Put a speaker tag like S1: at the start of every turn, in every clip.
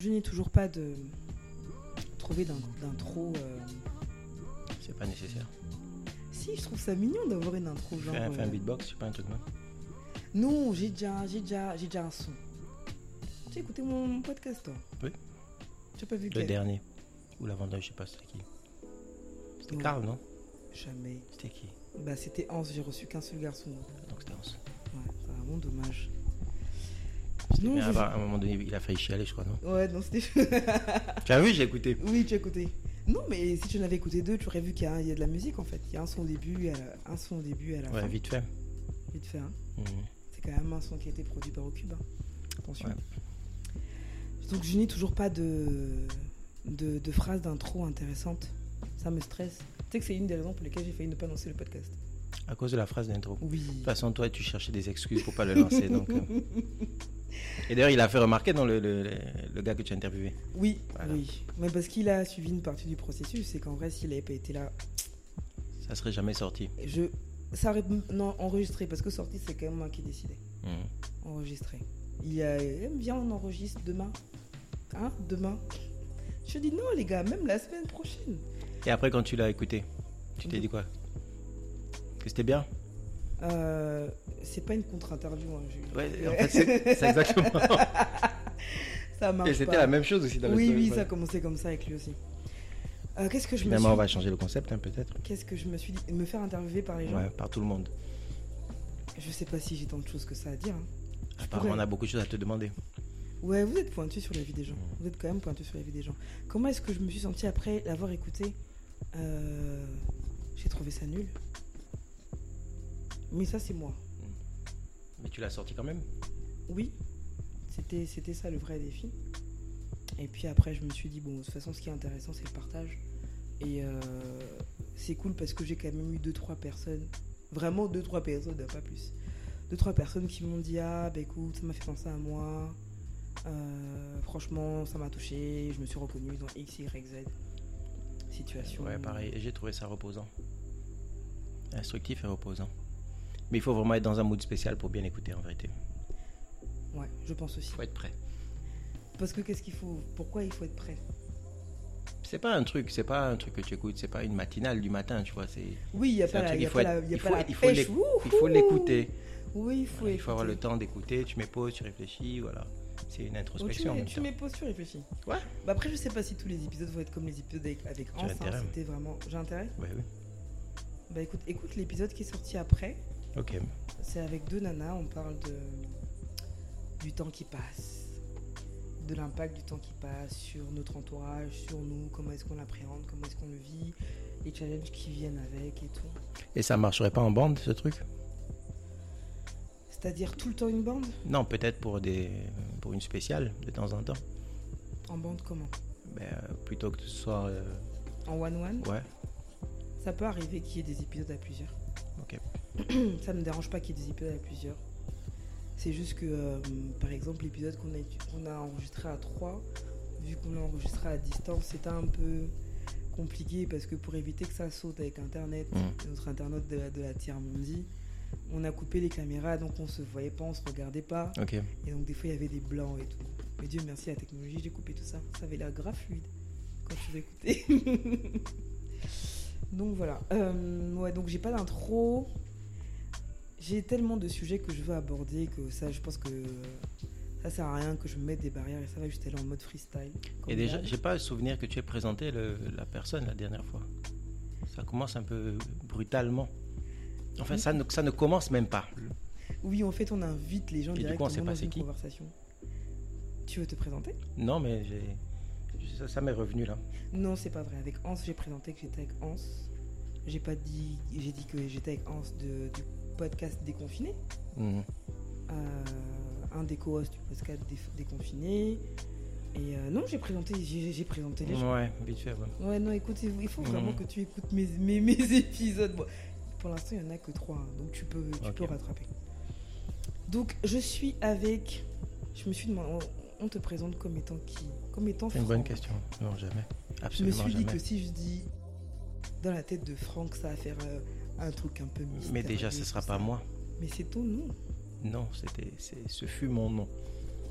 S1: fini toujours pas de trouver d'in- d'intro. euh,
S2: C'est pas nécessaire.
S1: Si, je trouve ça mignon d'avoir une intro.
S2: Fais
S1: Genre,
S2: un, fais un
S1: euh,
S2: beatbox, c'est pas un truc non
S1: Non, j'ai déjà, un- j'ai déjà, j'ai déjà un son. Tu as écouté mon, mon podcast, toi
S2: Oui.
S1: Tu n'as pas vu
S2: Le
S1: quel
S2: dernier. Ou l'avant-dernier, je sais pas, c'était qui. C'était
S1: Non,
S2: Karl, non
S1: Jamais.
S2: C'était qui
S1: Bah, c'était Hans, j'ai reçu qu'un seul garçon.
S2: Donc c'était Hans.
S1: Ouais, c'est vraiment dommage. Non,
S2: Mais
S1: je-
S2: à un- à un moment donné, il a failli chialer, je crois, non
S1: Ouais, non, c'était. Ah.
S2: Tu as vu, j'ai écouté.
S1: oui, tu as écouté. Non, mais si tu en avais écouté deux, tu aurais vu qu'il y, a- il y a de la musique en fait. Il y a un son au début, et à la- un son au début et à la
S2: Ouais,
S1: fin.
S2: vite fait.
S1: Vite fait, hein.
S2: Mhm.
S1: C'est quand même un son qui a été produit par Ocuba. Attention.
S2: Ouais.
S1: Donc je n'ai toujours pas de, de, de phrase d'intro intéressante. Ça me stresse. Tu sais que c'est une des raisons pour lesquelles j'ai failli ne pas lancer le podcast.
S2: À cause de la phrase d'intro.
S1: Oui.
S2: De toute façon, toi, tu cherchais des excuses pour pas le lancer. donc, euh. Et d'ailleurs, il a fait remarquer dans le, le, le- le gars que tu as interviewé.
S1: Oui,
S2: Voilà.
S1: oui. Mais parce qu'il a suivi une partie du processus, c'est qu'en vrai, s'il n'avait pas été là,
S2: Ça serait jamais sorti.
S1: je. Ça aurait. Non, enregistré, parce que sorti, c'est quand même moi qui décidais.
S2: Mhm.
S1: Enregistré. Il y a. eh, Viens, on enregistre demain. Hein Demain Je dis non, les gars, même la semaine prochaine.
S2: Et après, quand tu l'as écouté, tu t'es
S1: Mhm.
S2: dit quoi Que c'était bien
S1: Euh, c'est pas une contre-interview. hein, je-
S2: Ouais, en fait, c'est c'est exactement.
S1: ça marche.
S2: Et c'était
S1: pas.
S2: la même chose aussi dans le
S1: Oui,
S2: story,
S1: oui,
S2: ouais.
S1: ça a commencé comme ça avec lui aussi. Euh, Qu'est-ce que je me
S2: Finalement, on
S1: suis
S2: va changer le concept, hein, peut-être.
S1: Qu'est-ce que je me suis dit Me faire interviewer par les gens.
S2: Ouais, par tout le monde.
S1: Je sais pas si j'ai tant de choses que ça à dire. hein.
S2: Apparemment,
S1: pourrais.
S2: on a beaucoup de choses à te demander.
S1: Ouais, vous êtes pointu sur la vie des gens. Vous êtes quand même pointu sur la vie des gens. Comment est-ce que je me suis sentie après l'avoir écouté Euh, J'ai trouvé ça nul. Mais ça, c'est moi.
S2: Mais tu l'as sorti quand même
S1: Oui, c'était c'était ça le vrai défi. Et puis après, je me suis dit, bon, de toute façon, ce qui est intéressant, c'est le partage. Et euh, c'est cool parce que j'ai quand même eu 2-3 personnes, vraiment 2-3 personnes, hein, pas plus. 2-3 personnes qui m'ont dit, ah, bah écoute, ça m'a fait penser à moi. Euh, franchement, ça m'a touché. Je me suis reconnue dans X, Y, Z situation.
S2: Ouais, pareil. Et j'ai trouvé ça reposant. Instructif et reposant. Mais il faut vraiment être dans un mood spécial pour bien écouter, en vérité.
S1: Ouais, je pense aussi.
S2: faut être prêt.
S1: Parce que qu'est-ce qu'il faut Pourquoi il faut être prêt
S2: C'est pas un truc, c'est pas un truc que tu écoutes, c'est pas une matinale du matin, tu vois. C'est,
S1: Oui, il n'y a
S2: c'est
S1: pas
S2: un
S1: la-
S2: truc,
S1: y a
S2: il faut
S1: pas la
S2: être-
S1: y a
S2: il
S1: pas
S2: faut-
S1: la
S2: il faut
S1: pêche.
S2: l'éc-
S1: Wouhou
S2: il faut l'écouter.
S1: Oui, il faut,
S2: Voilà, il faut avoir le
S1: écouter.
S2: temps d'écouter. Tu mets pause, tu réfléchis, voilà. C'est une
S1: Oh, tu
S2: introspection. en
S1: mets,
S2: même
S1: tu
S2: temps.
S1: mets pause, tu réfléchis.
S2: Ouais.
S1: Bah après, je sais pas si tous les épisodes vont être comme les épisodes avec, avec Hans. hein,
S2: intérêt.
S1: C'était vraiment. J'ai intérêt
S2: Ouais, oui.
S1: Bah écoute, écoute l'épisode qui est sorti après.
S2: Ok.
S1: C'est avec deux nanas. On parle de du temps qui passe, de l'impact du temps qui passe sur notre entourage, sur nous. Comment est-ce qu'on l'appréhende, comment est-ce qu'on le vit, les challenges qui viennent avec et tout.
S2: Et ça marcherait pas en bande, ce truc
S1: C'est-à-dire tout le temps une bande
S2: Non, peut-être pour des, pour une spéciale de temps en temps.
S1: En bande comment
S2: Ben, euh, plutôt que ce soit, euh,
S1: En one one.
S2: ouais.
S1: Ça peut arriver qu'il y ait des épisodes à plusieurs.
S2: Ok.
S1: ça ne me dérange pas qu'il y ait des épisodes à plusieurs. C'est juste que, euh, par exemple, l'épisode qu'on a, qu'on a enregistré à 3, vu qu'on l'a enregistré à distance, c'était un peu compliqué parce que pour éviter que ça saute avec Internet,
S2: Mm.
S1: notre internaute de la, de la tiers mundi, on a coupé les caméras, donc on se voyait pas, on se regardait pas.
S2: Ok.
S1: Et donc des fois, il y avait des blancs et tout. Mais Dieu merci, la technologie, j'ai coupé tout ça. Ça avait l'air grave fluide quand je vous écoutais. donc voilà. Euh, ouais, donc j'ai pas d'intro. J'ai tellement de sujets que je veux aborder que ça, je pense que ça sert à rien que je me mette des barrières et ça va juste aller en mode freestyle. comme
S2: Et déjà,
S1: d'hab.
S2: j'ai pas le souvenir que tu aies présenté le- la personne la dernière fois. Ça commence un peu brutalement. Enfin, ça ne, ça ne commence même pas.
S1: Oui, en fait, on invite les gens
S2: Et du coup,
S1: directement
S2: on sait pas
S1: dans
S2: c'est
S1: une
S2: qui.
S1: conversation. Tu veux te présenter
S2: Non, mais j'ai- ça, ça m'est revenu là.
S1: Non, c'est pas vrai. Avec Hans, j'ai présenté que j'étais avec Hans. J'ai pas dit, j'ai dit que j'étais avec Hans de- du podcast Déconfiné,
S2: Mhm.
S1: Euh, un des co-hosts du podcast Dé- Déconfiné. Et euh, non, j'ai présenté, j'ai j'ai présenté les gens.
S2: Ouais, vite fait. ouais.
S1: Ouais, non, écoute, il il faut vraiment
S2: Mhm.
S1: que tu écoutes mes, mes, mes épisodes. Bon, pour l'instant, il y en a que trois, hein, donc tu peux, tu
S2: Ok.
S1: peux rattraper. Donc, je suis avec. Je me suis demandé, on, on te présente comme étant qui Comme étant
S2: C'est une bonne
S1: Franck.
S2: question. Non, jamais.
S1: Je me
S2: Absolument
S1: suis dit
S2: jamais.
S1: que si je dis dans la tête de Franck, ça va faire euh, un truc un peu mystérieux.
S2: Mais déjà, ce
S1: tout
S2: sera
S1: ça.
S2: pas moi.
S1: Mais c'est ton nom.
S2: Non, c'était, c'est- ce fut mon nom.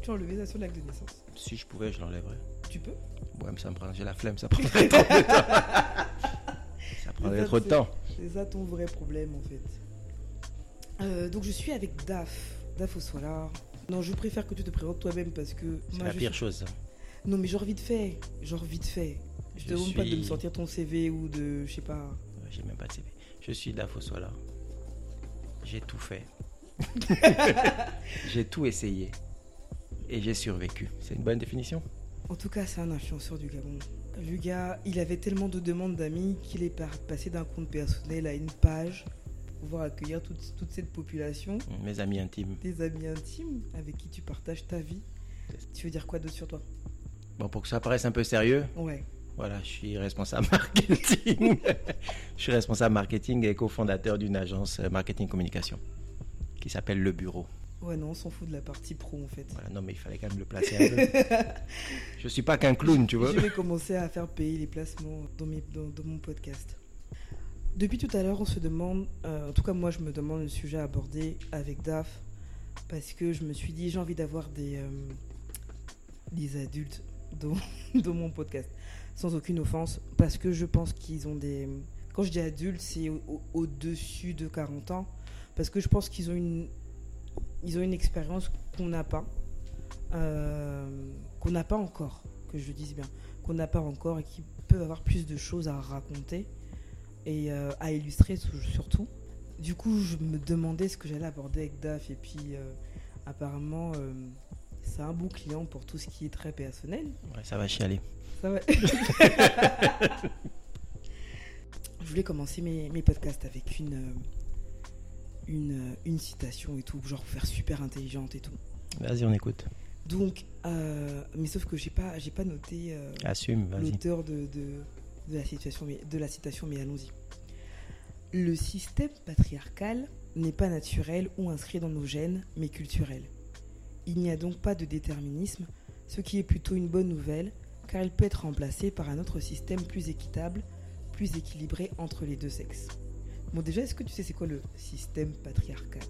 S1: Tu as enlevé ça sur l'acte de naissance.
S2: Si je pouvais, je l'enlèverais.
S1: Tu peux
S2: Ouais, mais ça me prend, j'ai la flemme, ça prendrait trop de temps. ça prendrait
S1: ça,
S2: trop de
S1: c'est-
S2: temps.
S1: C'est ça ton vrai problème en fait. Euh, donc je suis avec Daf. Daf au soir. Non, je préfère que tu te présentes toi-même parce que.
S2: C'est
S1: moi,
S2: la
S1: je
S2: pire
S1: suis-
S2: chose.
S1: Non, mais genre vite fait. Genre vite fait. Je te demande pas de me
S2: suis-
S1: sortir ton CV ou de. Je sais pas.
S2: Ouais, J'ai même pas de CV. Je suis Dafosola. J'ai tout fait. j'ai tout essayé. Et j'ai survécu. C'est une bonne définition
S1: En tout cas, c'est un influenceur du Gabon. Le gars, il avait tellement de demandes d'amis qu'il est par- passé d'un compte personnel à une page pour pouvoir accueillir toute, toute cette population.
S2: Mes amis intimes.
S1: Des amis intimes avec qui tu partages ta vie. Tu veux dire quoi d'autre sur toi
S2: Bon, pour que ça paraisse un peu sérieux,
S1: Ouais.
S2: voilà, je suis responsable marketing. je suis responsable marketing et cofondateur d'une agence euh, marketing communication qui s'appelle Le Bureau.
S1: Ouais, non, on s'en fout de la partie pro en fait.
S2: Voilà, non, mais il fallait quand même le placer un peu. Je suis pas qu'un clown, tu vois.
S1: Je vais commencer à faire payer les placements dans, mes- dans- dans mon podcast. Depuis tout à l'heure, on se demande, euh, en tout cas moi je me demande le sujet à aborder avec DAF, parce que je me suis dit j'ai envie d'avoir des, euh, des adultes dans, dans mon podcast, sans aucune offense, parce que je pense qu'ils ont des... Quand je dis adultes, c'est au- au- au-dessus de 40 ans, parce que je pense qu'ils ont une, ils ont une expérience qu'on n'a pas, euh, qu'on n'a pas encore, que je dise bien, qu'on n'a pas encore et qui peuvent avoir plus de choses à raconter et euh, à illustrer sou- surtout. Du coup, je me demandais ce que j'allais aborder avec DAF et puis euh, apparemment, euh, c'est un bon client pour tout ce qui est très personnel.
S2: Ouais, ça va chialer.
S1: Ça va. je voulais commencer mes, mes podcasts avec une, euh, une, euh, une citation et tout, genre faire super intelligente et tout.
S2: Vas-y, on écoute.
S1: Donc, euh, mais sauf que j'ai pas, j'ai pas noté euh,
S2: Assume, vas-y.
S1: l'auteur de, de, de la situation, mais, de la citation, mais allons-y. Le système patriarcal n'est pas naturel ou inscrit dans nos gènes, mais culturel. Il n'y a donc pas de déterminisme, ce qui est plutôt une bonne nouvelle, car il peut être remplacé par un autre système plus équitable, plus équilibré entre les deux sexes. Bon, déjà, est-ce que tu sais c'est quoi le système patriarcal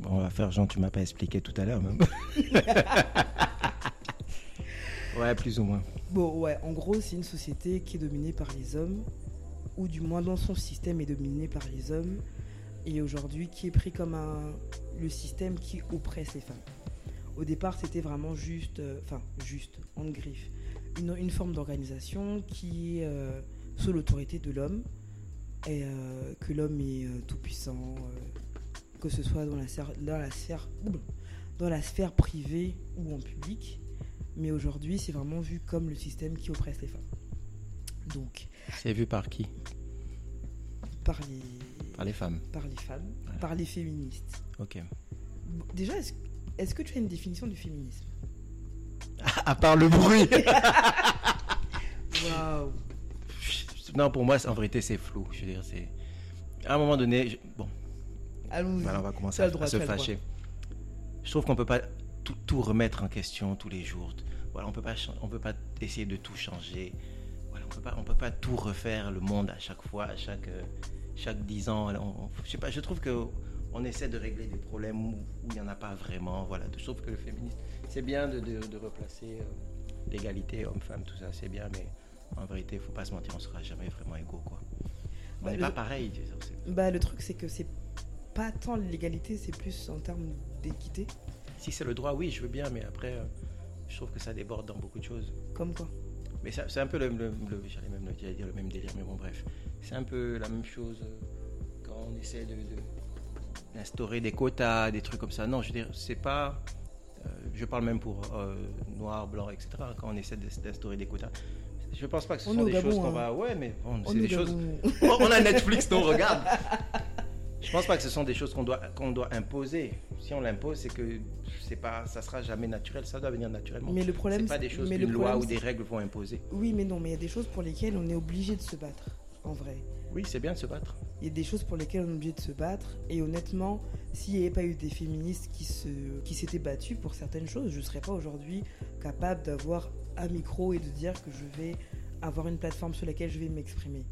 S2: Bon, on va faire Jean, tu m'as pas expliqué tout à l'heure même. ouais, plus ou moins.
S1: Bon, ouais, en gros, c'est une société qui est dominée par les hommes, ou du moins dans son système est dominé par les hommes, et aujourd'hui qui est pris comme un, le système qui oppresse les femmes. Au départ, c'était vraiment juste, euh, enfin, juste, en griffe, une, une forme d'organisation qui est euh, sous l'autorité de l'homme, et euh, que l'homme est euh, tout-puissant, euh, que ce soit dans la, sphère- dans, la sphère, ouble, dans la sphère privée ou en public. Mais aujourd'hui, c'est vraiment vu comme le système qui oppresse les femmes. Donc,
S2: C'est vu par qui
S1: par les,
S2: Par les femmes.
S1: par les femmes,
S2: Voilà.
S1: par les féministes.
S2: Ok.
S1: Bon, Déjà, est-ce est-ce que tu as une définition du féminisme
S2: À part le bruit
S1: Waouh
S2: Non, pour moi, c'est- en vérité, c'est flou. Je veux dire, c'est. À un moment donné, je- bon,
S1: Allons-y.
S2: voilà, on va commencer
S1: T'as
S2: à,
S1: le droit,
S2: à se
S1: t'as le droit.
S2: fâcher. Je trouve qu'on peut pas tout, tout remettre en question tous les jours. Voilà, on peut pas, chan- on peut pas essayer de tout changer. Voilà, on peut pas, on peut pas tout refaire le monde à chaque fois, à chaque, euh, chaque dix ans. Alors, on- on- je sais pas, je trouve que on essaie de régler des problèmes où où il n'y en a pas vraiment. Voilà, je trouve que le féminisme, c'est bien de, de- de replacer euh, l'égalité homme-femme, tout ça, c'est bien, mais en vérité, il faut pas se mentir, on sera jamais vraiment égaux, quoi. On
S1: Bah,
S2: n'est
S1: le-
S2: pas pareil. tu sais, c'est-
S1: Bah, le truc, c'est que c'est pas tant l'égalité, c'est plus en termes d'équité.
S2: Si c'est le droit, oui, je veux bien, mais après, euh, je trouve que ça déborde dans beaucoup de choses.
S1: Comme quoi
S2: Mais ça- c'est un peu le, le- le- j'allais même le- j'allais dire le même délire, mais bon, bref. C'est un peu la même chose euh, quand on essaie de, de- d'instaurer des quotas, des trucs comme ça. Non, je veux dire, c'est pas. euh, je parle même pour euh, noir, blanc, etc. Quand on essaie de- d'instaurer des quotas. Je pense pas que ce
S1: On est
S2: sont
S1: au
S2: des
S1: Gabon,
S2: choses qu'on
S1: hein.
S2: va. Ouais, mais bon,
S1: On
S2: c'est
S1: est
S2: des choses.
S1: dans-
S2: Oh, on a Netflix, non, regarde. Je pense pas que ce sont des choses qu'on doit, qu'on doit imposer. Si on l'impose, c'est que c'est pas, ça sera jamais naturel, ça doit venir naturellement.
S1: Mais le
S2: C'est
S1: problème,
S2: pas des choses
S1: mais
S2: qu'une
S1: le
S2: loi
S1: problème,
S2: ou des règles vont imposer.
S1: c'est- Oui, mais non, mais il y a des choses pour lesquelles on est obligé de se battre, en vrai.
S2: Oui, c'est bien de se battre.
S1: Il y a des choses pour lesquelles on est obligé de se battre. Et honnêtement, s'il n'y avait pas eu des féministes qui se- qui s'étaient battues pour certaines choses, je ne serais pas aujourd'hui capable d'avoir un micro et de dire que je vais avoir une plateforme sur laquelle je vais m'exprimer.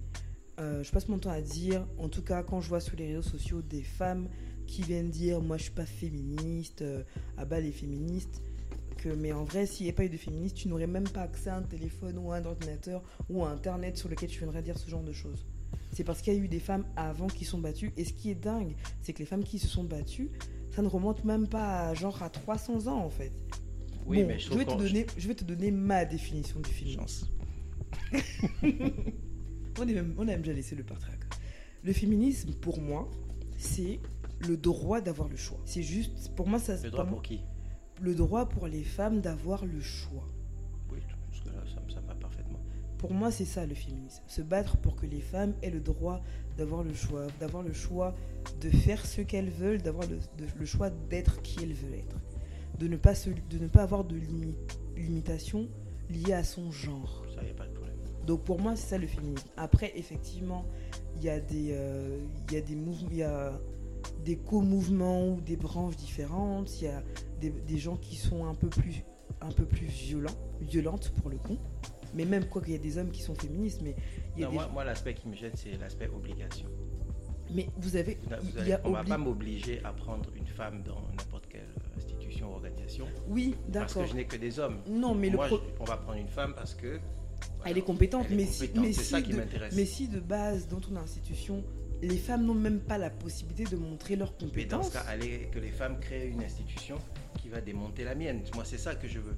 S1: Euh, je passe mon temps à dire, en tout cas quand je vois sur les réseaux sociaux des femmes qui viennent dire moi je suis pas féministe, euh, ah bah les féministes, que Donc, euh, mais en vrai, s'il n'y avait pas eu de féministes, tu n'aurais même pas accès à un téléphone ou à un ordinateur ou à Internet sur lequel tu viendrais dire ce genre de choses. C'est parce qu'il y a eu des femmes avant qui sont battues. Et ce qui est dingue, c'est que les femmes qui se sont battues, ça ne remonte même pas à, genre à 300 ans en fait.
S2: Oui,
S1: Bon,
S2: mais
S1: je,
S2: trouve
S1: vais te
S2: qu'on-
S1: donner, je vais te donner ma définition du féminisme.
S2: Chance.
S1: On, est même- on a même déjà laissé le partrac. Le féminisme, pour moi, c'est le droit d'avoir le choix. C'est juste, pour moi, ça
S2: Le droit
S1: pour
S2: pour
S1: moi,
S2: qui
S1: le droit pour les femmes d'avoir le choix.
S2: Oui, parce que là, ça, me- ça me va parfaitement.
S1: Pour moi, c'est ça le féminisme. Se battre pour que les femmes aient le droit d'avoir le choix, d'avoir le choix de faire ce qu'elles veulent, d'avoir le, de- le choix d'être qui elles veulent être. De ne pas, se- de ne pas avoir de limi- limitation liée à son genre.
S2: Ça, y a pas de problème.
S1: Donc pour moi, c'est ça le féminisme. Après, effectivement, il y a des, euh, il y a des mouvements, il y a des co-mouvements ou des branches différentes. Il y a des, des gens qui sont un peu plus, un peu plus violents, violentes pour le coup. Mais même quoi qu'il y a des hommes qui sont féministes, mais il y a
S2: Non,
S1: des
S2: moi, moi, l'aspect qui me jette, c'est l'aspect obligation.
S1: mais vous avez,
S2: Vous
S1: il
S2: allez-
S1: y a
S2: on ne va
S1: obli-
S2: pas m'obliger à prendre une femme dans n'importe quelle institution ou organisation
S1: oui,
S2: parce que
S1: d'accord.
S2: je n'ai que des hommes.
S1: Non, mais
S2: Moi,
S1: le pro-
S2: je- on va prendre une femme parce que. voilà,
S1: elle est compétente,
S2: elle est
S1: mais si,
S2: compétente.
S1: mais
S2: c'est
S1: si
S2: ça qui
S1: de-
S2: m'intéresse.
S1: mais si de base dans ton institution, les femmes n'ont même pas la possibilité de montrer leurs
S2: Mais dans
S1: compétences.
S2: ce cas, allez, que les femmes créent une institution qui va démonter la mienne. Moi, c'est ça que je veux.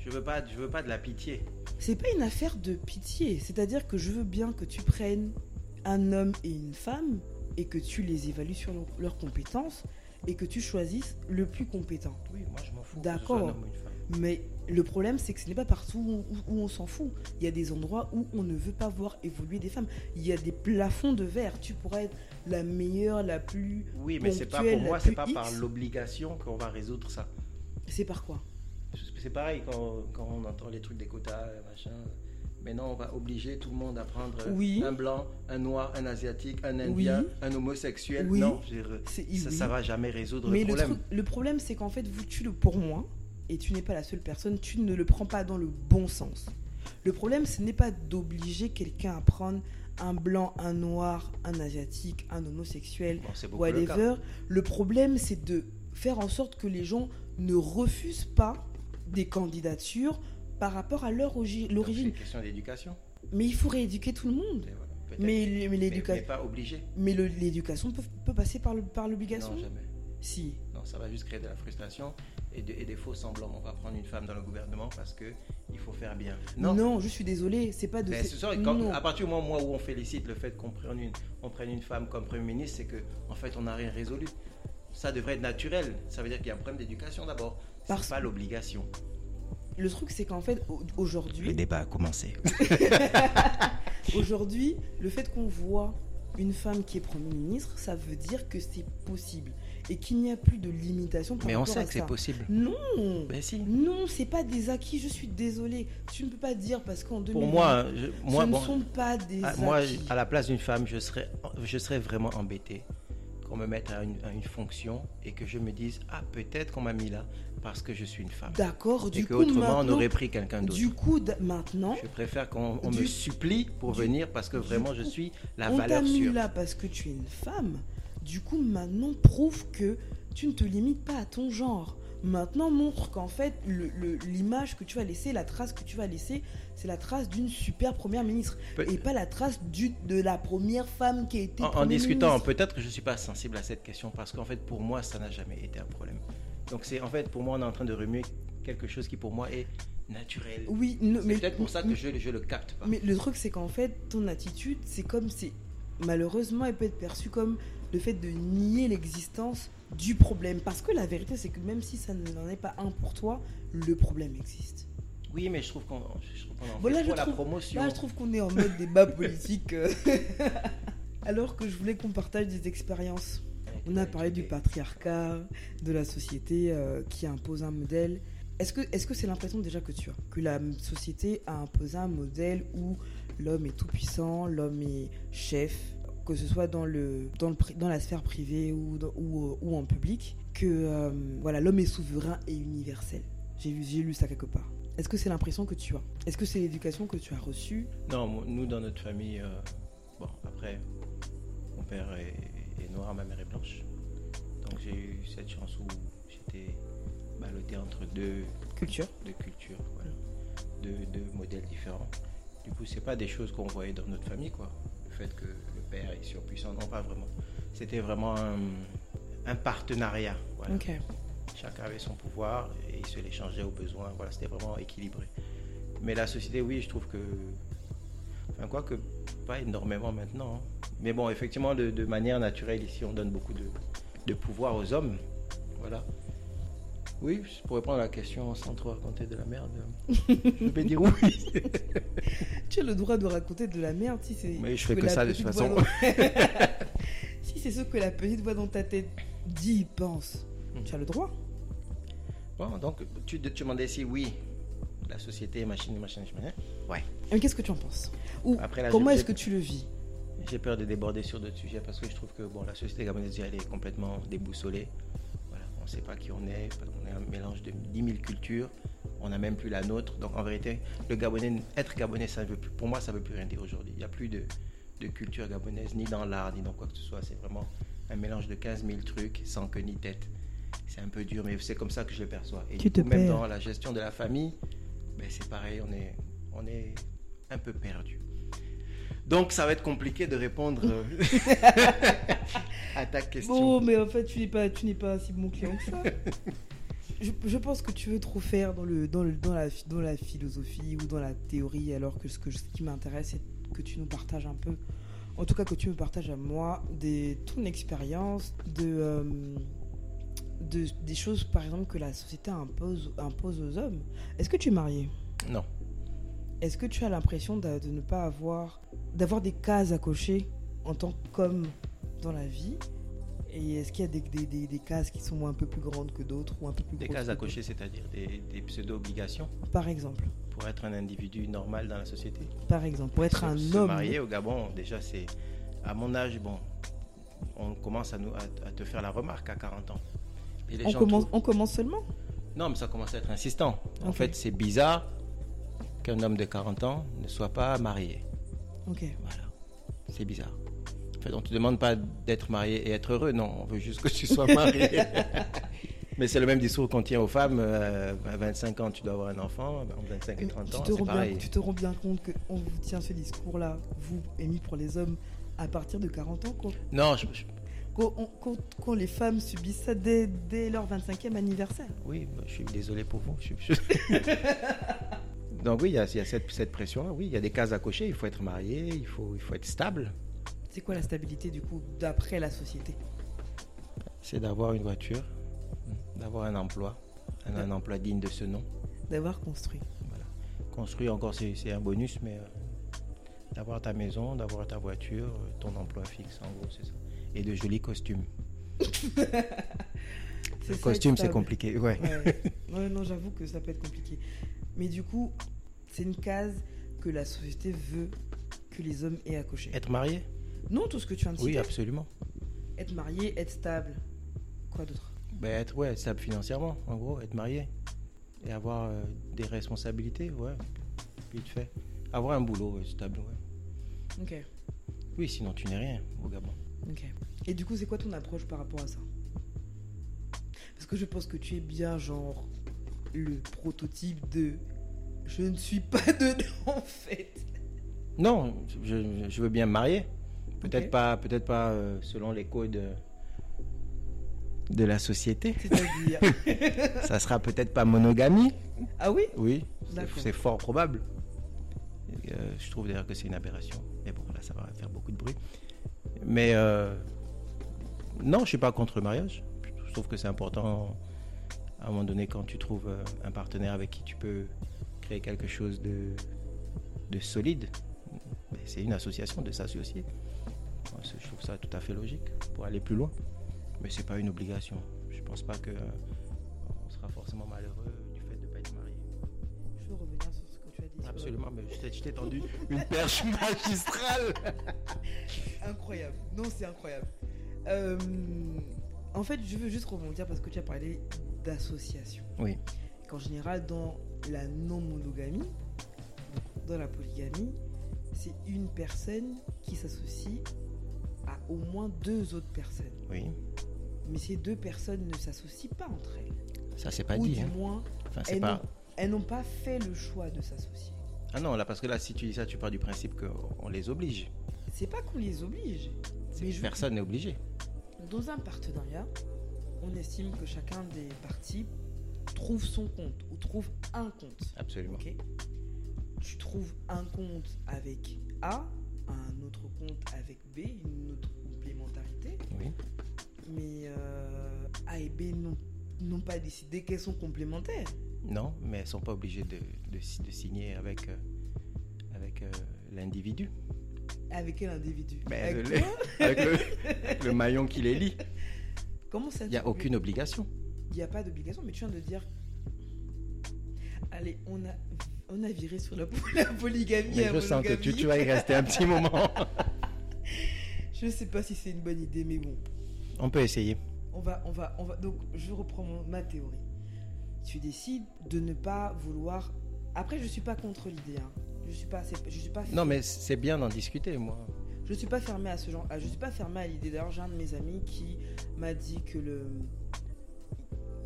S2: Je veux pas, je veux pas de la pitié.
S1: C'est pas une affaire de pitié. C'est-à-dire que je veux bien que tu prennes un homme et une femme et que tu les évalues sur leur- leurs compétences et que tu choisisses le plus compétent.
S2: Oui, moi, je m'en fous.
S1: D'accord.
S2: Que ce soit un homme ou une femme.
S1: Mais le problème, c'est que ce n'est pas partout où, où- où on s'en fout. Il y a des endroits où on ne veut pas voir évoluer des femmes. Il y a des plafonds de verre. Tu pourrais être la meilleure, la plus.
S2: Oui, mais c'est pas
S1: Ponctuel,
S2: pour
S1: la
S2: moi,
S1: plus
S2: c'est pas par
S1: X.
S2: l'obligation qu'on va résoudre ça.
S1: C'est par quoi
S2: C'est pareil quand, quand on entend les trucs des quotas, machin. Maintenant, on va obliger tout le monde à prendre euh,
S1: Oui.
S2: un blanc, un noir, un asiatique, un
S1: Oui.
S2: indien, un homosexuel.
S1: Oui.
S2: Non, je veux dire,
S1: C'est
S2: ça, ça
S1: oui.
S2: va jamais résoudre
S1: Mais
S2: le
S1: le,
S2: problème.
S1: truc- le problème, c'est qu'en fait, vous tu le pour moi, et tu n'es pas la seule personne, tu ne le prends pas dans le bon sens. Le problème, ce n'est pas d'obliger quelqu'un à prendre un blanc, un noir, un asiatique, un homosexuel,
S2: Bon, c'est beaucoup le cas.
S1: whatever. Le, problème, c'est de faire en sorte que les gens ne refusent pas des candidatures par rapport à leur orgi-
S2: Donc, C'est
S1: l'origine.
S2: une question d'éducation.
S1: Mais il faut rééduquer tout le monde.
S2: Et voilà, peut-être.
S1: Mais, mais
S2: Mais-
S1: l'éduca-
S2: mais pas obligé.
S1: mais le- l'éducation peut, peut passer par le- par l'obligation.
S2: Non, jamais.
S1: si.
S2: Non, ça va juste créer de la frustration et, de- et des faux semblants. On va prendre une femme dans le gouvernement parce que il faut faire bien.
S1: Non.
S2: Non,
S1: je suis désolée, c'est pas de.
S2: Mais
S1: fait-
S2: ce soir, quand-
S1: Non.
S2: à partir du moment moi, où on félicite le fait qu'on prenne une, on prenne une femme comme Premier ministre, c'est que en fait, on n'a rien résolu. Ça devrait être naturel. Ça veut dire qu'il y a un problème d'éducation d'abord.
S1: Parce-
S2: C'est pas l'obligation.
S1: Le truc, c'est qu'en fait, au- aujourd'hui,
S2: débat a commencé.
S1: aujourd'hui, le fait qu'on voit une femme qui est Premier ministre, ça veut dire que c'est possible et qu'il n'y a plus de limitation par
S2: Mais on
S1: rapport
S2: sait
S1: à
S2: que
S1: ça.
S2: c'est possible.
S1: Non
S2: Ben si.
S1: Non, c'est pas des acquis, je suis désolée. Tu ne peux pas dire parce qu'en 2020,
S2: Pour moi, hein, je- moi,
S1: ce
S2: bon,
S1: ne sont pas des
S2: à,
S1: acquis.
S2: Ah, moi, à la place d'une femme, je serais, je serais vraiment embêté qu'on me mette à une, à une fonction et que je me dise ah peut-être qu'on m'a mis là parce que je suis une femme
S1: D'accord, Bah,
S2: et
S1: du
S2: que
S1: coup,
S2: autrement on
S1: maintenant-
S2: aurait pris quelqu'un d'autre.
S1: du coup, d- maintenant,
S2: Je préfère qu'on on
S1: Du-
S2: me supplie pour
S1: du-
S2: venir parce que
S1: du
S2: vraiment
S1: coup,
S2: je suis la
S1: on t'a
S2: valeur
S1: mis
S2: sûre.
S1: là parce que tu es une femme. Du coup, maintenant, prouve que tu ne te limites pas à ton genre. Maintenant, montre qu'en fait, le- le- l'image que tu vas laisser, la trace que tu vas laisser, c'est la trace d'une super première ministre
S2: Peut-
S1: et pas la trace du- de la première femme qui a été.
S2: en, en
S1: Premier
S2: discutant,
S1: ministre.
S2: peut-être que je ne suis pas sensible à cette question parce qu'en fait pour moi ça n'a jamais été un problème. Donc c'est en fait pour moi on est en train de remuer quelque chose qui pour moi est naturel.
S1: Oui, non,
S2: C'est
S1: mais.
S2: peut-être pour ça que je, je le capte pas.
S1: Mais le truc, c'est qu'en fait, ton attitude, c'est comme c'est. Malheureusement, elle peut être perçue comme le fait de nier l'existence du problème. Parce que la vérité, c'est que même si ça n'en est pas un pour toi, le problème existe.
S2: Oui mais je trouve qu'on je trouve qu'on en
S1: Bon, là,
S2: fait
S1: je
S2: trop la
S1: trouve-
S2: promotion.
S1: Là, je trouve qu'on est en mode débat politique. euh. Alors que je voulais qu'on partage des expériences. On a parlé du patriarcat, de la société euh, qui impose un modèle. Est-ce que est-ce que c'est l'impression déjà que tu as que la m- société a imposé un modèle où l'homme est tout puissant, l'homme est chef, que ce soit dans le dans le pri- dans la sphère privée ou dans- ou, euh, ou en public, que euh, voilà l'homme est souverain et universel. J'ai vu- j'ai lu ça quelque part. Est-ce que c'est l'impression que tu as Est-ce que c'est l'éducation que tu as reçue
S2: Non, moi, nous dans notre famille, euh, bon après, mon père est, est noir, ma mère est blanche. Donc j'ai eu cette chance où j'étais balloter entre deux,
S1: Culture.
S2: deux cultures, voilà. deux, deux modèles différents. Du coup, c'est pas des choses qu'on voyait dans notre famille, quoi. Le fait que le père est surpuissant, non, pas vraiment. C'était vraiment un, un partenariat. Voilà.
S1: Ok.
S2: Chacun avait son pouvoir et il se l'échangeait aux besoins. Voilà, c'était vraiment équilibré. Mais la société, oui, je trouve que. Enfin, quoi que pas énormément maintenant. hein. Mais bon, effectivement, de, de manière naturelle, ici, on donne beaucoup de, de pouvoir aux hommes. Voilà. Oui, pour répondre à la question sans trop raconter de la merde, je vais dire oui.
S1: Tu as le droit de raconter de la merde si c'est.
S2: Mais je
S1: ce
S2: fais que
S1: la
S2: ça, de toute
S1: petite
S2: façon.
S1: voix dans- si c'est ce que la petite voix dans ta tête dit, pense,
S2: Hmm.
S1: tu as le droit.
S2: Bon, donc, tu te demandais si oui, la société, machine, machine, machine. Ouais.
S1: Mais qu'est-ce que tu en penses Ou
S2: Après, là,
S1: comment
S2: j'ai-
S1: est-ce que tu le vis
S2: J'ai peur de déborder sur d'autres sujets parce que je trouve que bon, la société gabonaise, elle est complètement déboussolée. Voilà, on ne sait pas qui on est. On est un mélange de 10 000 cultures. On n'a même plus la nôtre. Donc en vérité, le Gabonais, être Gabonais, ça veut plus, pour moi, ça ne veut plus rien dire aujourd'hui. Il n'y a plus de, de culture gabonaise, ni dans l'art, ni dans quoi que ce soit. C'est vraiment un mélange de 15 000 trucs sans queue ni tête. C'est un peu dur, mais c'est comme ça que je le perçois. Et
S1: Tu
S2: du
S1: te
S2: coup, même
S1: perds.
S2: dans la gestion de la famille, ben, c'est pareil, on est, on est un peu perdu. Donc ça va être compliqué de répondre euh, à ta question.
S1: Bon, mais en fait, tu n'es pas, tu n'es pas si bon client que ça. je, je pense que tu veux trop faire dans le, dans le, dans la, dans la philosophie ou dans la théorie, alors que ce que je- ce qui m'intéresse, c'est que tu nous partages un peu, en tout cas que tu me partages à moi des, ton expérience de, euh, de des choses, par exemple, que la société impose, impose aux hommes. Est-ce que tu es marié
S2: Non,
S1: Est-ce que tu as l'impression de, de ne pas avoir d'avoir des cases à cocher en tant qu'homme dans la vie Et est-ce qu'il y a des, des- des- des cases qui sont un peu plus grandes que d'autres ou un peu plus
S2: des
S1: grosses
S2: cases à
S1: que d'autres
S2: cocher, c'est-à-dire des, des pseudo-obligations
S1: Par exemple,
S2: pour être un individu normal dans la société.
S1: par exemple, pour être
S2: Se-
S1: un
S2: se
S1: homme.
S2: marier au Gabon, déjà, c'est. À mon âge, bon, on commence à, nous, à, à te faire la remarque à 40 ans. Et les
S1: On
S2: gens
S1: commence, on commence seulement
S2: Non, mais ça commence à être insistant. En
S1: Ok.
S2: fait, c'est bizarre qu'un homme de 40 ans ne soit pas marié.
S1: Ok.
S2: Voilà. C'est bizarre. En fait, on ne te demande pas d'être marié et être heureux, non. On veut juste que tu sois marié. mais c'est le même discours qu'on tient aux femmes. euh, à 25 ans, tu dois avoir un enfant. Ben, En 25 et 30
S1: tu,
S2: ans,
S1: te
S2: c'est
S1: rends
S2: pareil.
S1: bien, tu te rends bien compte qu'on vous tient ce discours-là, vous, émis pour les hommes, à partir de 40 ans, qu'on-
S2: Non, je- je-
S1: qu'on- on- qu'on- qu'on les femmes subissent ça dès, dès leur 25e anniversaire.
S2: oui, ben, je suis désolé pour vous. Je- je- Donc oui, il y a, il y a cette, cette pression-là. Oui, il y a des cases à cocher. Il faut être marié, il faut, il faut être stable.
S1: C'est quoi la stabilité du coup, d'après la société
S2: C'est d'avoir une voiture, d'avoir un emploi, un,
S1: Euh,
S2: un emploi digne de ce nom.
S1: D'avoir construit.
S2: Construire encore, c'est c'est un bonus, mais euh, d'avoir ta maison, d'avoir ta voiture, euh, ton emploi fixe, en gros, c'est ça. Et de jolis costumes.
S1: C'est
S2: Le
S1: ça,
S2: costume,
S1: être
S2: c'est
S1: stable.
S2: compliqué, ouais.
S1: Ouais. Ouais, non, j'avoue que ça peut être compliqué. Mais du coup, c'est une case que la société veut que les hommes aient à cocher.
S2: Être marié
S1: Non, tout ce que tu viens de
S2: Oui,
S1: citer.
S2: absolument.
S1: Être marié, être stable. Quoi d'autre
S2: Ben, être, ouais, être stable financièrement, en gros, être marié. Et avoir euh, des responsabilités, ouais, vite fait. Avoir un boulot ouais, stable, ouais.
S1: Ok,
S2: Oui, sinon tu n'es rien au Gabon.
S1: ok. Et du coup, c'est quoi ton approche par rapport à ça Parce que je pense que tu es bien genre le prototype de je ne suis pas dedans en fait.
S2: Non, je, je veux bien me marier. Peut-être
S1: Ok.
S2: pas, peut-être pas euh, selon les codes euh, de la société.
S1: C'est-à-dire.
S2: Ça sera peut-être pas monogamie.
S1: ah oui
S2: Oui, c'est-
S1: D'accord.
S2: c'est fort probable. Euh, je trouve d'ailleurs que c'est une aberration. Mais bon, là, ça va faire beaucoup de bruit. Mais euh, non, je suis pas contre le mariage. Je trouve que c'est important à un moment donné quand tu trouves euh, un partenaire avec qui tu peux créer quelque chose de, de solide. Mais C'est une association de s'associer. Moi, c'est- Je trouve ça tout à fait logique pour aller plus loin. Mais c'est pas une obligation. Je pense pas que euh, on sera forcément malheureux du fait de ne pas être marié.
S1: Je veux revenir sur ce que tu as dit. sur-
S2: Absolument, mais je t'ai- je t'ai tendu une perche magistrale.
S1: Incroyable. Non, c'est incroyable. Euh, en fait, je veux juste rebondir parce que tu as parlé d'association.
S2: Oui.
S1: Qu'en général, dans la non-monogamie, donc dans la polygamie, c'est une personne qui s'associe à au moins deux autres personnes.
S2: Oui,
S1: Mais ces deux personnes ne s'associent pas entre elles.
S2: Ça, c'est pas
S1: ou
S2: dit.
S1: du
S2: hein.
S1: moins,
S2: Enfin, c'est
S1: elles
S2: pas.
S1: n'ont- elles n'ont pas fait le choix de s'associer.
S2: Ah non, là, parce que là, si tu dis ça, tu pars du principe qu'on les oblige.
S1: C'est pas qu'on les oblige.
S2: C'est-
S1: Mais je-
S2: Personne n'est obligé.
S1: Dans un partenariat, on estime que chacun des parties trouve son compte ou trouve un compte.
S2: Absolument.
S1: Ok. Tu trouves un compte avec A, un autre compte avec B, une autre complémentarité.
S2: Oui.
S1: Mais euh, A et B n'ont- n'ont pas décidé qu'elles sont complémentaires.
S2: Non, mais elles sont pas obligées de, de si- de signer avec, euh, avec euh, l'individu.
S1: Avec quel individu
S2: Mais
S1: Avec
S2: le-
S1: toi
S2: Avec le, avec le maillon qui les lie.
S1: Comment ça
S2: Il n'y a aucune obligation.
S1: Il n'y a pas d'obligation, mais tu viens de dire. Allez, on a, on a viré sur la, la polygamie.
S2: Mais
S1: la
S2: je sens que tu,
S1: monogamie.
S2: tu vas y rester un petit moment.
S1: Je sais pas si c'est une bonne idée, mais bon.
S2: On peut essayer.
S1: On va, on va, on va. Donc, je reprends mon- ma théorie. Tu décides de ne pas vouloir. Après, je suis pas contre l'idée. hein. Je suis pas, c'est- je suis pas.
S2: Non, mais c'est bien d'en discuter, moi.
S1: Je suis pas fermée à ce genre. ah, Je suis pas fermée à l'idée. D'ailleurs, j'ai un de mes amis qui m'a dit que le.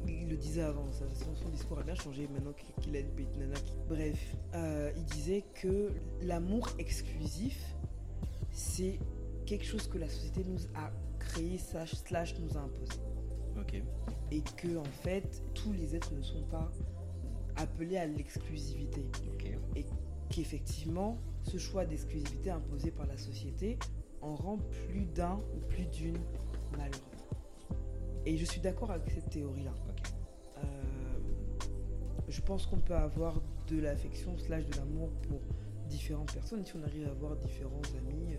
S1: Il le disait avant, ça, son, son discours a bien changé maintenant qu'il a une petite nana. qui- Bref, euh, il disait que l'amour exclusif, c'est quelque chose que la société nous a créé, slash, slash nous a imposé
S2: Ok.
S1: et que en fait tous les êtres ne sont pas appelés à l'exclusivité
S2: Ok.
S1: qu'effectivement ce choix d'exclusivité imposé par la société en rend plus d'un ou plus d'une malheureux et je suis d'accord avec cette théorie là
S2: Ok.
S1: je pense qu'on peut avoir de l'affection slash de l'amour pour différentes personnes si on arrive à avoir différents amis euh,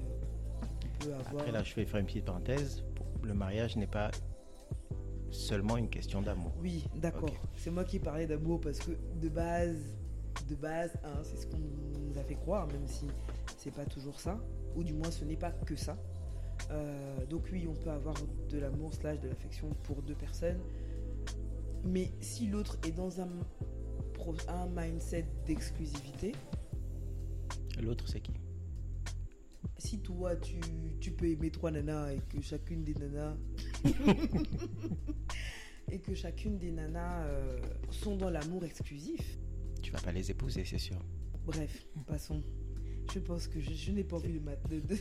S1: on peut avoir
S2: Après, là, je vais faire une petite parenthèse. Le mariage n'est pas seulement une question d'amour.
S1: Oui, d'accord.
S2: Ok.
S1: C'est moi qui parlais d'amour parce que de base, de base, hein, c'est ce qu'on nous a fait croire, même si c'est pas toujours ça, ou du moins ce n'est pas que ça. Euh, donc oui, on peut avoir de l'amour slash de l'affection pour deux personnes, mais si l'autre est dans un pro- un mindset d'exclusivité,
S2: L'autre, c'est qui
S1: si toi tu, tu peux aimer trois nanas et que chacune des nanas et que chacune des nanas euh, sont dans l'amour exclusif,
S2: Tu vas pas les épouser, c'est sûr.
S1: Bref, passons. Je pense que je, je n'ai pas envie de ma- de- de-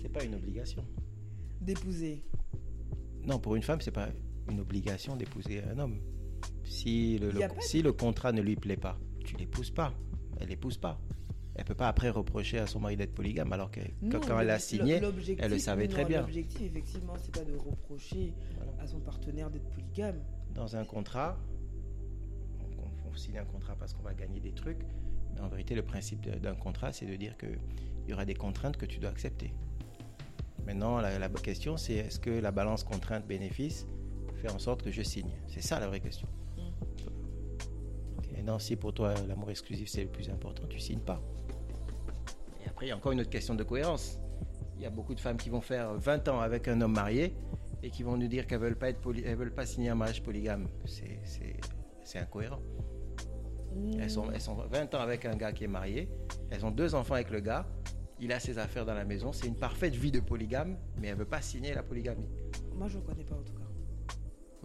S2: C'est pas une obligation.
S1: d'épouser.
S2: Non, pour une femme, c'est pas une obligation d'épouser un homme. Si le,
S1: Il
S2: le-
S1: y a pas
S2: si le contrat ne lui plaît pas, tu l'épouses pas. Elle l'épouse pas. Elle peut pas après reprocher à son mari d'être polygame alors que
S1: Non,
S2: quand, quand elle a
S1: l'obje-
S2: signé,
S1: l'objectif-
S2: elle le savait
S1: non,
S2: très bien.
S1: L'objectif, effectivement, c'est pas de reprocher
S2: Voilà.
S1: à son partenaire d'être polygame.
S2: dans un contrat, on, on- on signe un contrat parce qu'on va gagner des trucs, mais en vérité, le principe de- d'un contrat, c'est de dire qu'il y aura des contraintes que tu dois accepter. Maintenant, la, la question, c'est est-ce que la balance contrainte-bénéfice fait en sorte que je signe C'est ça la vraie question.
S1: Ok.
S2: Maintenant, si pour toi l'amour exclusif c'est le plus important, tu signes pas. Et après, il y a encore une autre question de cohérence. Il y a beaucoup de femmes qui vont faire 20 ans avec un homme marié et qui vont nous dire qu'elles veulent pas être poly- elles veulent pas signer un mariage polygame. C'est- C'est c'est incohérent.
S1: Mmh,
S2: Elles sont, elles sont 20 ans avec un gars qui est marié, elles ont deux enfants avec le gars, il a ses affaires dans la maison, c'est une parfaite vie de polygame, mais elle veut pas signer la polygamie.
S1: Moi, je ne connais pas en tout cas.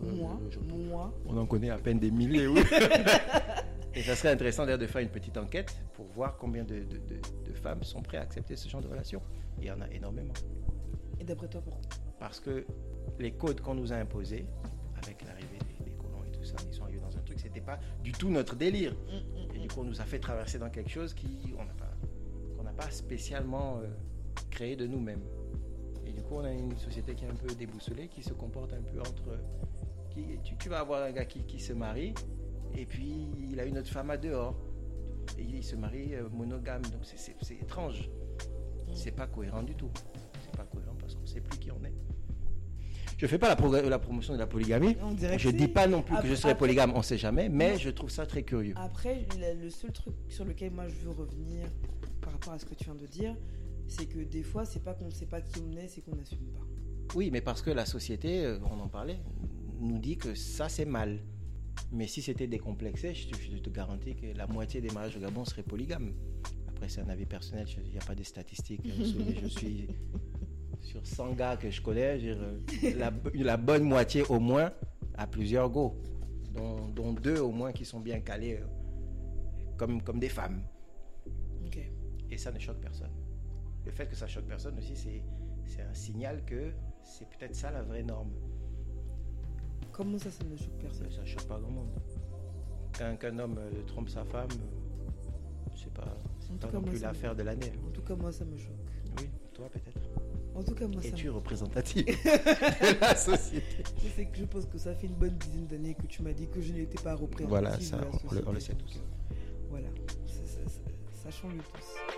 S2: Euh,
S1: moi,
S2: je-
S1: moi,
S2: On en connaît à peine des milliers, oui. Et ça serait intéressant d'ailleurs de faire une petite enquête pour voir combien de, de- de- de femmes sont prêtes à accepter ce genre de relation. Il y en a énormément.
S1: et d'après toi, pourquoi
S2: Parce que les codes qu'on nous a imposés, avec l'arrivée des, des colons et tout ça, ils sont arrivés dans un truc, c'était pas du tout notre délire.
S1: Mm, mm,
S2: Et du coup, on nous a fait traverser dans quelque chose qui on n'a pas, qu'on n'a pas spécialement euh, créé de nous-mêmes. Et du coup, on a une société qui est un peu déboussolée, qui se comporte un peu entre. qui- tu, tu vas avoir un gars qui, qui se marie, et puis il a une autre femme à dehors. Et il se marie euh, monogame, donc c'est- c'est c'est étrange.
S1: Mm.
S2: C'est pas cohérent du tout. C'est pas cohérent parce qu'on sait plus qui on est. Je fais pas la, progr- la promotion de la polygamie.
S1: mm. On dirait
S2: Je
S1: que
S2: dis
S1: si.
S2: pas non plus que je
S1: Après-
S2: serai
S1: après-
S2: polygame, on sait jamais, mais
S1: Non.
S2: je trouve ça très curieux.
S1: Après, la- le seul truc sur lequel moi je veux revenir par rapport à ce que tu viens de dire, c'est que des fois, c'est pas qu'on ne sait pas qui on est, c'est qu'on n'assume pas.
S2: Oui, mais parce que la société, euh, on en parlait, nous dit que ça c'est mal. Mais si c'était décomplexé, je te, je te garantis que la moitié des mariages au Gabon seraient polygames. Après, c'est un avis personnel, je- il n'y a pas de statistiques. euh, sous- mais je suis sur 100 gars que je connais, je veux dire, euh, la, la bonne moitié au moins a plusieurs go. dont, dont deux au moins qui sont bien calées euh, comme, comme des femmes.
S1: Ok.
S2: Et ça ne choque personne. Le fait que ça choque personne aussi, c'est, c'est un signal que c'est peut-être ça la vraie norme.
S1: Comment ça, ça ne choque personne
S2: Ça ne choque pas grand monde. Qu'un, qu'un homme euh, trompe sa femme, euh, c'est pas, c'est
S1: En tout
S2: pas
S1: cas,
S2: non
S1: moi,
S2: plus
S1: ça me-
S2: l'affaire de l'année.
S1: En tout cas, moi, ça me choque.
S2: Oui, toi peut-être.
S1: En tout cas, moi, ça
S2: Es-tu représentative de la société
S1: me- je sais que je pense que ça fait une bonne dizaine d'années que tu m'as dit que je n'étais pas représentative
S2: Voilà, ça,
S1: de la
S2: on le- on
S1: société,
S2: le sait
S1: donc,
S2: tous.
S1: euh, Voilà, ça, ça- ça- ça change le tous.